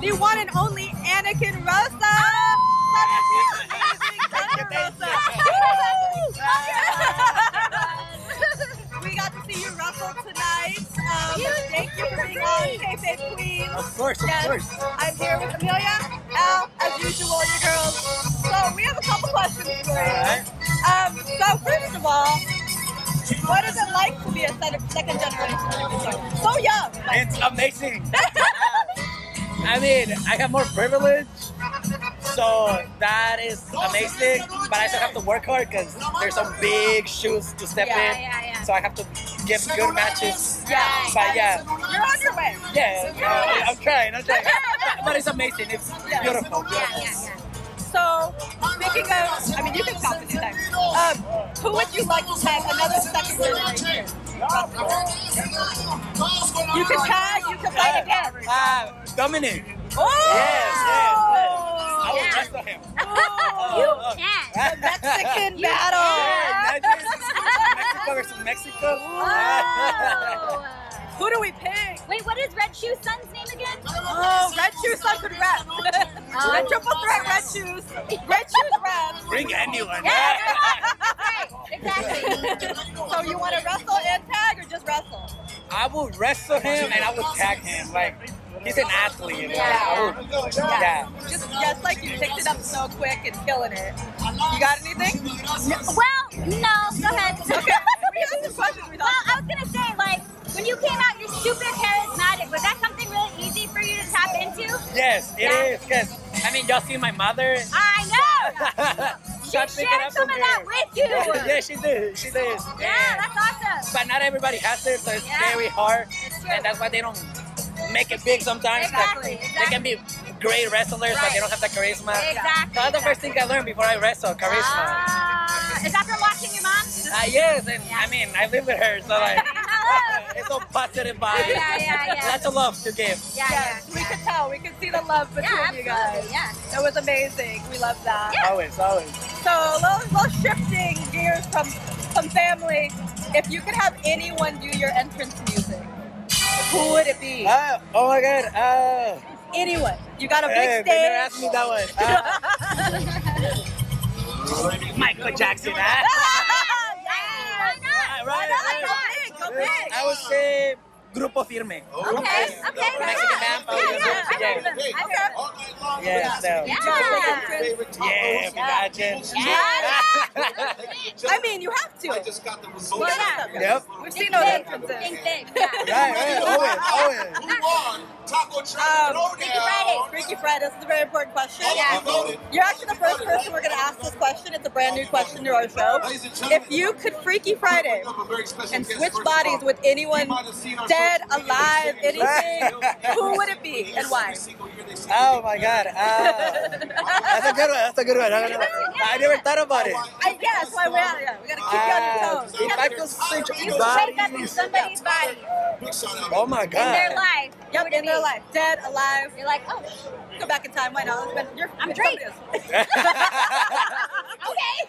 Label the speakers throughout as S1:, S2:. S1: the one and only Anakin Rosa. we got to see you wrestle tonight. Um, thank you for being on KFA Queen.
S2: Of course, of
S1: Yes.
S2: course.
S1: I'm here with Amelia, Al, as usual, your girls. So we have a couple questions for you.
S2: Alright.
S1: Um, so first of all, what is it like to be a second second generation Olympian? So young. Like,
S2: It's amazing. I mean, I have more privilege, so that is amazing. But I still have to work hard because there's some big shoes to step
S1: Yeah,
S2: in.
S3: yeah, yeah.
S2: So I have to give good matches.
S1: Yeah.
S2: But yeah,
S1: you're on your way.
S2: yeah, I- I'm trying. I'm trying. But- But it's amazing. It's
S1: Yeah.
S2: beautiful.
S3: Yeah, yeah, yeah.
S1: So speaking of, I mean, you can stop at any time. Um, who would you like to tag another second generation? You can tag. You can fight again.
S2: Uh, Dominic.
S1: Oh.
S2: Yes, yes, I will
S3: Yeah.
S2: wrestle him.
S1: Oh.
S3: You
S2: Oh, oh.
S3: can.
S1: Mexican
S3: You-
S1: battle.
S2: Yeah, imagine Mexico versus Mexico.
S3: Oh.
S1: Who do we pick?
S3: Wait, what is Red Shoe Sun's name again?
S1: Oh, Red Shoes I could rep. Red Triple Threat Red Shoes. Red Shoes rep.
S2: Bring anyone.
S3: Yeah, right. Exactly.
S1: So you want to wrestle and tag or just wrestle?
S2: I will wrestle him and I will tag him. Like he's an athlete. you know?
S1: Yeah.
S2: I will- yeah.
S1: Just, just like you picked it up so quick and killing it. You got anything?
S3: well, no, go ahead.
S1: Okay. We have some questions we
S3: Well,
S1: thought.
S3: I was gonna say, like, when you came out, you're super charismatic. Was that something really easy for you to tap into?
S2: Yes, it
S3: Yeah.
S2: is. Cause I mean, y'all see my mother.
S3: I know.
S2: She
S3: She shared some of that with you.
S2: yeah, she did. She did.
S3: Yeah, that's awesome.
S2: But not everybody has it, so it's
S3: Yeah.
S2: very hard,
S3: It's true.
S2: and that's why they don't make it big sometimes. 'cause
S3: Exactly,
S2: They can be great wrestlers, but
S3: Right.
S2: they don't have the charisma.
S3: Exactly,
S2: That's the first thing I learned before I wrestle, charisma.
S3: Ah, uh, is that from watching your mom?
S2: Uh, yes, and
S3: Yeah.
S2: I mean, I live with her, so like, it's so positive vibe.
S3: Yeah, yeah, yeah.
S2: Lots of love to give.
S3: Yeah, yeah.
S1: Yes, we could tell. We could see the love between
S3: Yeah,
S1: you
S3: absolutely.
S1: guys.
S3: Yeah.
S1: It was amazing. We love that.
S2: Always, always.
S1: So a little, little shifting gears from from family. If you could have anyone do your entrance music, who would it be?
S2: Uh, oh my god. Uh,
S1: Anyone. You got a big
S2: hey, they never asked
S1: stage.
S2: me that one. Ah. Uh, Michael Jackson. ah. huh?
S3: Why not?
S2: right,
S1: Why not?
S2: right,
S1: Go
S2: right.
S1: big, go big.
S2: I would say Grupo Firme.
S3: Okay, okay, yeah,
S2: Mexican band,
S3: yeah, yeah,
S2: yeah,
S3: I heard of them. I heard of them.
S2: Yes, them.
S3: Yeah.
S2: Yeah, imagine.
S3: Yeah.
S1: I mean, you have to.
S4: I just got the results.
S1: Why not?
S2: Yep.
S1: We've seen
S3: Think
S1: all the
S3: big,
S1: entrances.
S3: think big, yeah.
S2: Right, right, always, always.
S4: Who won? Taco Truck
S1: Um,
S4: Throwdown.
S3: Freaky Friday,
S1: Freaky Fred, this is a very important question.
S3: Yeah.
S4: Voted.
S1: You're actually the first person we're going to ask this question. It's a brand new question to our show.
S4: Ladies and gentlemen,
S1: If you could Freaky Friday
S4: we have a very special
S1: and
S4: guest,
S1: switch
S4: first of all.
S1: bodies with anyone
S4: You might have seen our
S1: dead,
S4: social media,
S1: alive,
S4: they say
S1: anything,
S4: every
S1: who would it be and why?
S4: single year they say
S2: Oh
S4: they-
S2: my god. Uh, that's a good one. That's a good one. I, don't know. I never thought about it.
S1: I guess why we're out here. We gotta keep you on your
S2: Uh,
S1: toes.
S2: if I could
S3: You
S2: switch
S3: wake up in
S2: bodies.
S3: somebody's body
S4: Big shout out.
S2: Oh my
S3: in their
S2: god.
S3: life.
S1: Yep, in their life, dead, alive.
S3: You're like, oh, okay.
S1: Go back in time. Why not? It's been- You're,
S3: I'm
S1: somebody
S3: Drake.
S1: else.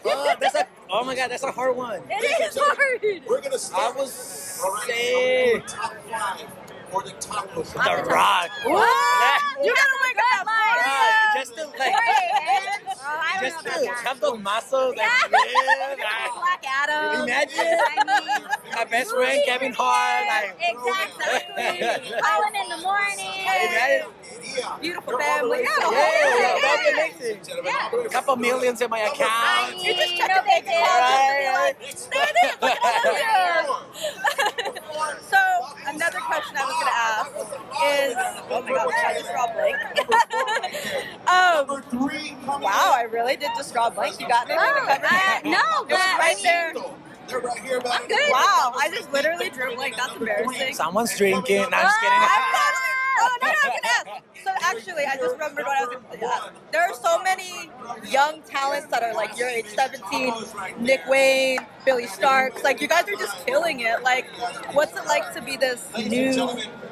S2: oh, that's a, oh my god, that's a hard one.
S3: It is hard.
S4: We're gonna
S2: I
S4: start.
S2: would
S4: All right,
S2: say
S4: we're top five or the top of
S2: The Rock.
S1: You gotta wake up that
S2: Right, just to like,
S3: Right, man. Oh, I don't
S2: just
S3: know about
S2: to
S3: that.
S2: have those muscles
S3: Yeah.
S2: and live.
S1: morning.
S2: like,
S1: Black Adam.
S2: Imagine
S3: I mean,
S2: my best friend Kevin Hart. Like,
S3: exactly. Call him in the morning.
S2: imagine
S1: Beautiful family. Yeah, the whole
S2: Yeah,
S1: thing.
S2: that'd be amazing.
S4: Yeah.
S2: Couple millions in my
S3: I
S2: account.
S1: You just
S3: mean,
S1: check
S3: no
S1: a
S3: big
S1: big
S3: deal.
S2: Right?
S1: So another question I was gonna ask is, oh my god, I just draw a blank. um,
S4: Number three coming
S1: wow, I really did just draw a blank. You got me.
S3: Oh,
S1: with the cover.
S3: uh, no, but
S1: It was right there.
S4: in. They're right here about
S3: I'm good.
S1: Wow, I just literally drew a blank. That's embarrassing.
S2: Someone's drinking. I'm just
S1: I'm
S2: kidding.
S1: totally. Oh no, no, I can ask. So actually, I just remembered what I was going to ask. There are so many young talents that are like your age, 17. Nick Wayne, Billy Starks. Like you guys are just killing it. Like, what's it like to be this new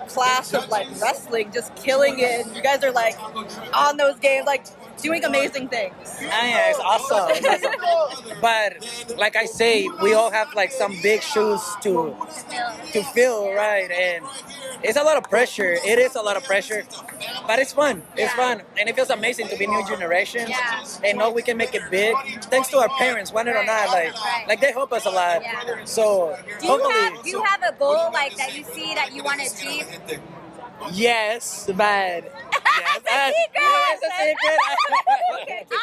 S1: clash of like wrestling, just killing it. You guys are like on those games, like doing amazing things.
S2: Ah, yeah, it's awesome. It's awesome. but like I say, we all have like some big shoes to to fill, right? And it's a lot of pressure. It is a lot of pressure, but it's fun. It's
S3: Yeah.
S2: fun, and it feels amazing to be new generation
S3: Yeah.
S2: and know we can make it big. Thanks to our parents, wanted or not, like
S3: Right.
S2: like they help us a lot.
S3: Yeah.
S2: So
S3: Do you have
S2: hopefully,
S3: do you have a goal like that you see that you want to achieve?
S2: yes, but. Yes,
S3: It's a
S2: uh,
S3: secret.
S2: yeah, it's a secret.
S3: okay,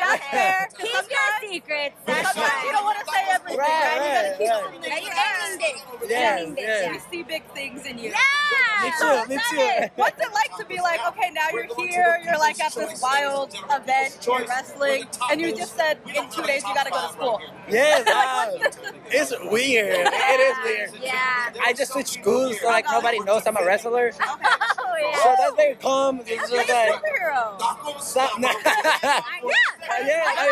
S1: That's fair. 'cause
S3: keep your
S1: sometimes-
S3: secrets. That's
S1: Sometimes you
S3: right.
S1: don't want to say everything,
S2: Right,
S1: right?
S2: right,
S1: You
S2: right.
S1: gotta
S3: But
S1: keep something
S3: you're
S1: in
S3: aiming
S1: there.
S3: big. You're
S2: Yeah,
S3: aiming big,
S2: yeah.
S1: We see big things in you.
S3: Yeah.
S2: Me
S3: Love
S2: too, me too.
S3: it.
S1: What's it like to be like, okay, now you're here, you're like at this wild event, you're wrestling, and you just said in two days you gotta go to school.
S2: Yes, uh, it's weird. It is weird.
S3: Yeah.
S2: I just switched schools, so like nobody knows I'm a wrestler. So
S3: Oh, yeah.
S2: that's very calm. It's
S1: You're a
S2: just like
S1: superhero.
S2: stop.
S3: I- yeah.
S2: Yeah,
S3: I
S2: I-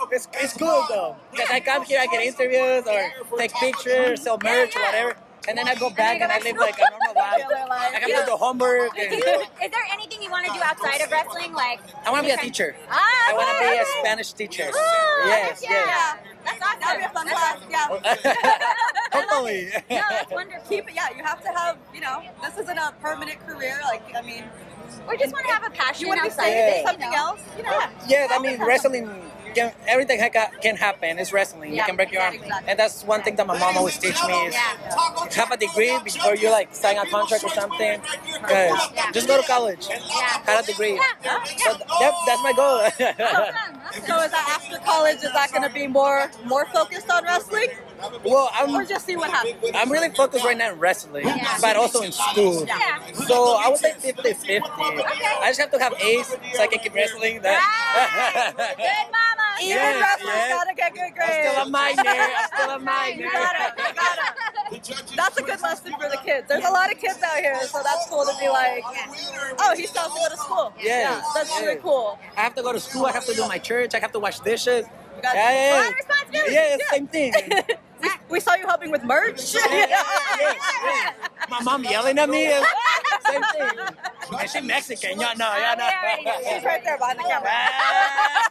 S3: love it.
S2: it's, it's cool though, because I come here, I get interviews or take pictures, sell merch, or whatever, and then I go back and I live like a normal life. Like I'm not the homework.
S3: Do
S2: And
S3: you, is there anything you want to do outside of wrestling? Like
S2: I want to be a teacher.
S3: Ah,
S2: I want to be
S3: okay,
S2: a
S3: okay.
S2: Spanish teacher.
S3: Oh,
S2: Yes,
S3: heck
S2: yes.
S3: yeah. That's awesome.
S1: That'd be a fun
S3: That's
S1: class. Yeah.
S2: Hopefully.
S3: No, that's wonderful.
S1: Keep it. Yeah, you have to have. You know, this isn't a permanent career. Like, I mean,
S3: We just want to have a passion
S1: you want to be
S3: outside
S1: studying
S3: of it. you
S1: something
S3: know?
S1: else. You know.
S2: Yeah, I mean wrestling. Can, everything ha- ca- can happen. It's wrestling.
S1: Yeah,
S2: you can break your arm,
S1: exactly.
S2: and that's one thing that my mom always teach me is have a degree before you like sign a contract or something. 'Cause
S3: Yeah.
S2: just go to college, have a degree.
S3: Yeah.
S2: So th- that, that's my goal.
S1: Oh,
S3: Awesome, awesome.
S1: So is that after college? Is that going to be more more focused on wrestling, or
S2: well, I'm
S1: just see what happens?
S2: I'm really focused right now in wrestling,
S3: Yeah.
S2: but also in school.
S3: Yeah.
S2: So I would say 50-50. I just have to have A's so I can keep wrestling. That.
S3: Right. Good mama.
S1: Even
S2: Yeah,
S1: wrestlers
S2: yeah.
S1: gotta get good
S2: I'm
S1: grades.
S2: still a minor. I'm still a minor.
S1: You gotta, you gotta. That's a good lesson for the kids. There's a lot of kids out here, so that's cool to be like, oh, he still has to go to school.
S2: Yes,
S1: Yeah, that's really
S2: yes.
S1: cool.
S2: I have to go to school. I have to do my church. I have to wash dishes.
S1: got
S2: yeah,
S3: lot of responsibilities,
S2: yeah,
S1: yeah.
S2: same thing. Yeah,
S1: We, we saw you helping with merch.
S2: yeah, yeah, yeah. My mom yelling at me. It's- Same thing. And she Mexican. Y'all know. Y'all
S3: Alright,
S1: She's
S2: know.
S1: right there behind the camera.
S2: Ah.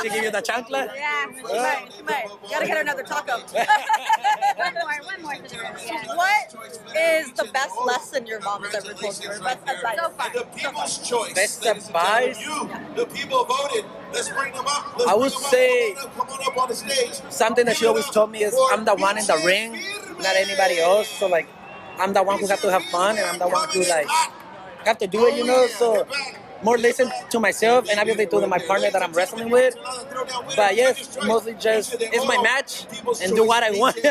S2: she give you the chancla.
S3: Yeah.
S1: She might, she might. Gotta get her another taco.
S3: One more, one more for the room. Yeah.
S1: What is the best lesson your mom has ever told you? Or best advice?
S3: So far.
S4: And the people's choice.
S2: Best
S4: ladies and gentlemen,
S2: advice?
S4: You, the people voted. Let's bring them up. Let's
S2: I
S4: bring
S2: would
S4: them up.
S2: say
S4: Come on up, come on up on the stage.
S2: Something that she
S4: Give it
S2: always
S4: up
S2: told me is
S4: for
S2: I'm the one in the
S4: Pichi
S2: ring,
S4: Firme.
S2: not anybody else. So like, I'm the one who have to have fun, and I'm the one who like have to do it. You know. So more listen to myself and obviously to my partner that I'm wrestling with. But yes, mostly just it's my match and do what I want.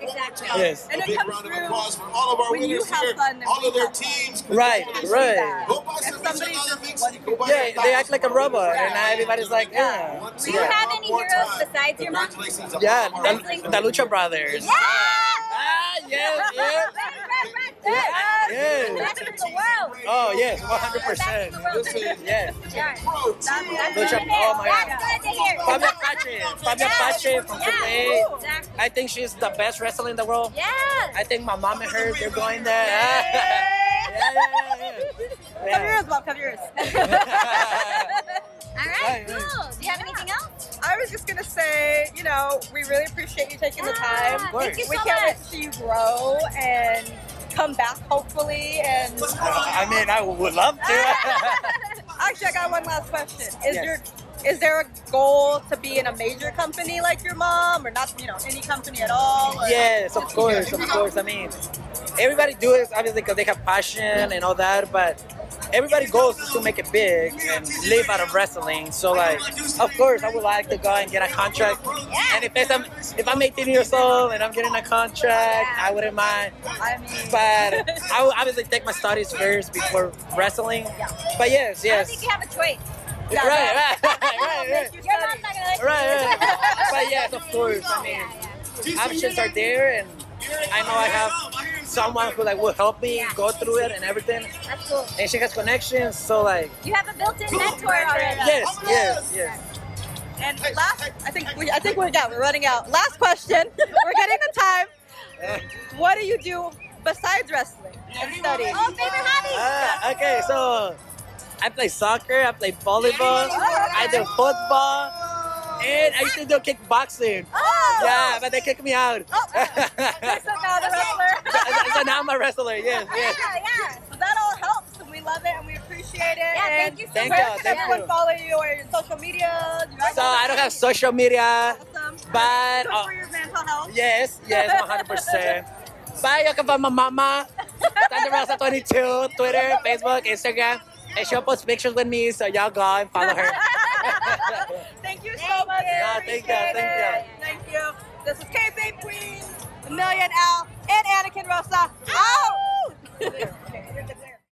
S3: Exactly.
S2: yes.
S1: And
S4: And
S1: it comes through
S4: when you have fun. All of their teams.
S2: Right, right.
S4: Go buy
S1: If
S4: some
S1: somebody
S4: Michelob
S1: just
S4: Mix,
S1: wants to
S4: go buy
S2: Yeah,
S4: some
S2: they act
S4: Diet
S2: like a
S4: Coke.
S2: robot, and now everybody's like, yeah.
S4: Once
S3: Do you
S4: again,
S3: have
S4: one
S3: any
S4: more
S3: heroes
S4: time.
S3: besides your mom?
S4: Congratulations.
S2: Yeah,
S4: Congratulations.
S2: the, the Lucha Brothers.
S3: Yeah.
S2: Ah, yes, yes.
S3: Red, red, red, red.
S2: Yes.
S3: The best in the world.
S2: Oh, yes,
S3: The best in the
S2: 100%.
S3: world.
S4: This is-
S2: Yes.
S3: Yeah.
S4: Pro team.
S1: That-
S3: That's
S2: Lucha-
S3: good to hear.
S2: oh my God.
S3: That's good to hear.
S2: Fabio Pache. Fabio Pache from today.
S3: Yeah. Exactly.
S2: I think she's the best wrestler in the world. I
S3: Yes.
S2: think my mom and her, they're going there. Yeah, yeah,
S1: Cover
S2: yeah.
S1: yours, mom. Cover yours.
S3: All right,
S2: Right, right.
S3: cool. Do you have anything else?
S1: I was just gonna say, you know, we really appreciate you taking the time.
S3: Ah,
S2: course.
S3: Thank you so
S1: we
S3: much.
S1: can't wait to see you grow and come back hopefully. And
S2: I mean, I would love to.
S1: actually, I got one last question: Is
S2: Yes.
S1: your is there a goal to be in a major company like your mom, or not? You know, any company at all? or-
S2: Yes, of course, of course. I mean, everybody do it obviously because they have passion and all that, but everybody goes is to make it big and live out of wrestling. So like, of course, I would like to go and get a contract. And if it's, I'm if I'm 18 years old and I'm getting a contract, I wouldn't mind.
S1: I mean,
S2: But I would obviously take my studies first before wrestling. But yes,
S3: I don't
S2: yes,
S3: think you have a choice.
S2: right, right, right, right.
S3: Your mom's not gonna let you.
S2: Right, right. But yes, of course. I mean,
S3: Oh, Yeah, yeah.
S2: options are there, and I know I have someone who like will help me
S3: Yeah.
S2: go through it and everything.
S3: That's cool.
S2: And she has connections, so like
S3: You have a built-in mentor already.
S1: Oh
S2: yes, yes, yes.
S1: and last, I think we, I think we're done. We're running out. Last question. we're getting the time. What do you do besides wrestling and studying?
S3: Oh, favorite hobby?
S2: Ah, okay, so I play soccer, I play volleyball, I do football, and I used to do kickboxing.
S1: Oh,
S2: Yeah, but they kicked me out.
S1: Okay, so now the wrestler.
S2: so now I'm a wrestler. Yes,
S3: Yeah,
S2: yes.
S3: yeah.
S1: So that all helps, and we love it, and we appreciate it.
S3: Yeah,
S1: and
S3: thank you so
S2: Thank
S1: Where
S2: y'all,
S1: can
S2: thank
S1: everyone
S2: you.
S1: follow you or your social media? Do you
S2: So I don't have social media.
S1: Awesome.
S2: but,
S1: Good
S2: uh,
S1: for your mental health.
S2: Yes, yes, 100%. Bye, y'all can find my mama, Tante Rosa 22, Twitter, Facebook, Instagram. And she'll post pictures with me, so y'all go and follow her.
S1: Thank you so
S3: Thank
S1: much.
S3: you.
S2: No, thank you,
S1: Appreciate it.
S2: thank
S1: Thank you. This is K Babe Queen, Million Al, and Anakin Rosa. Out!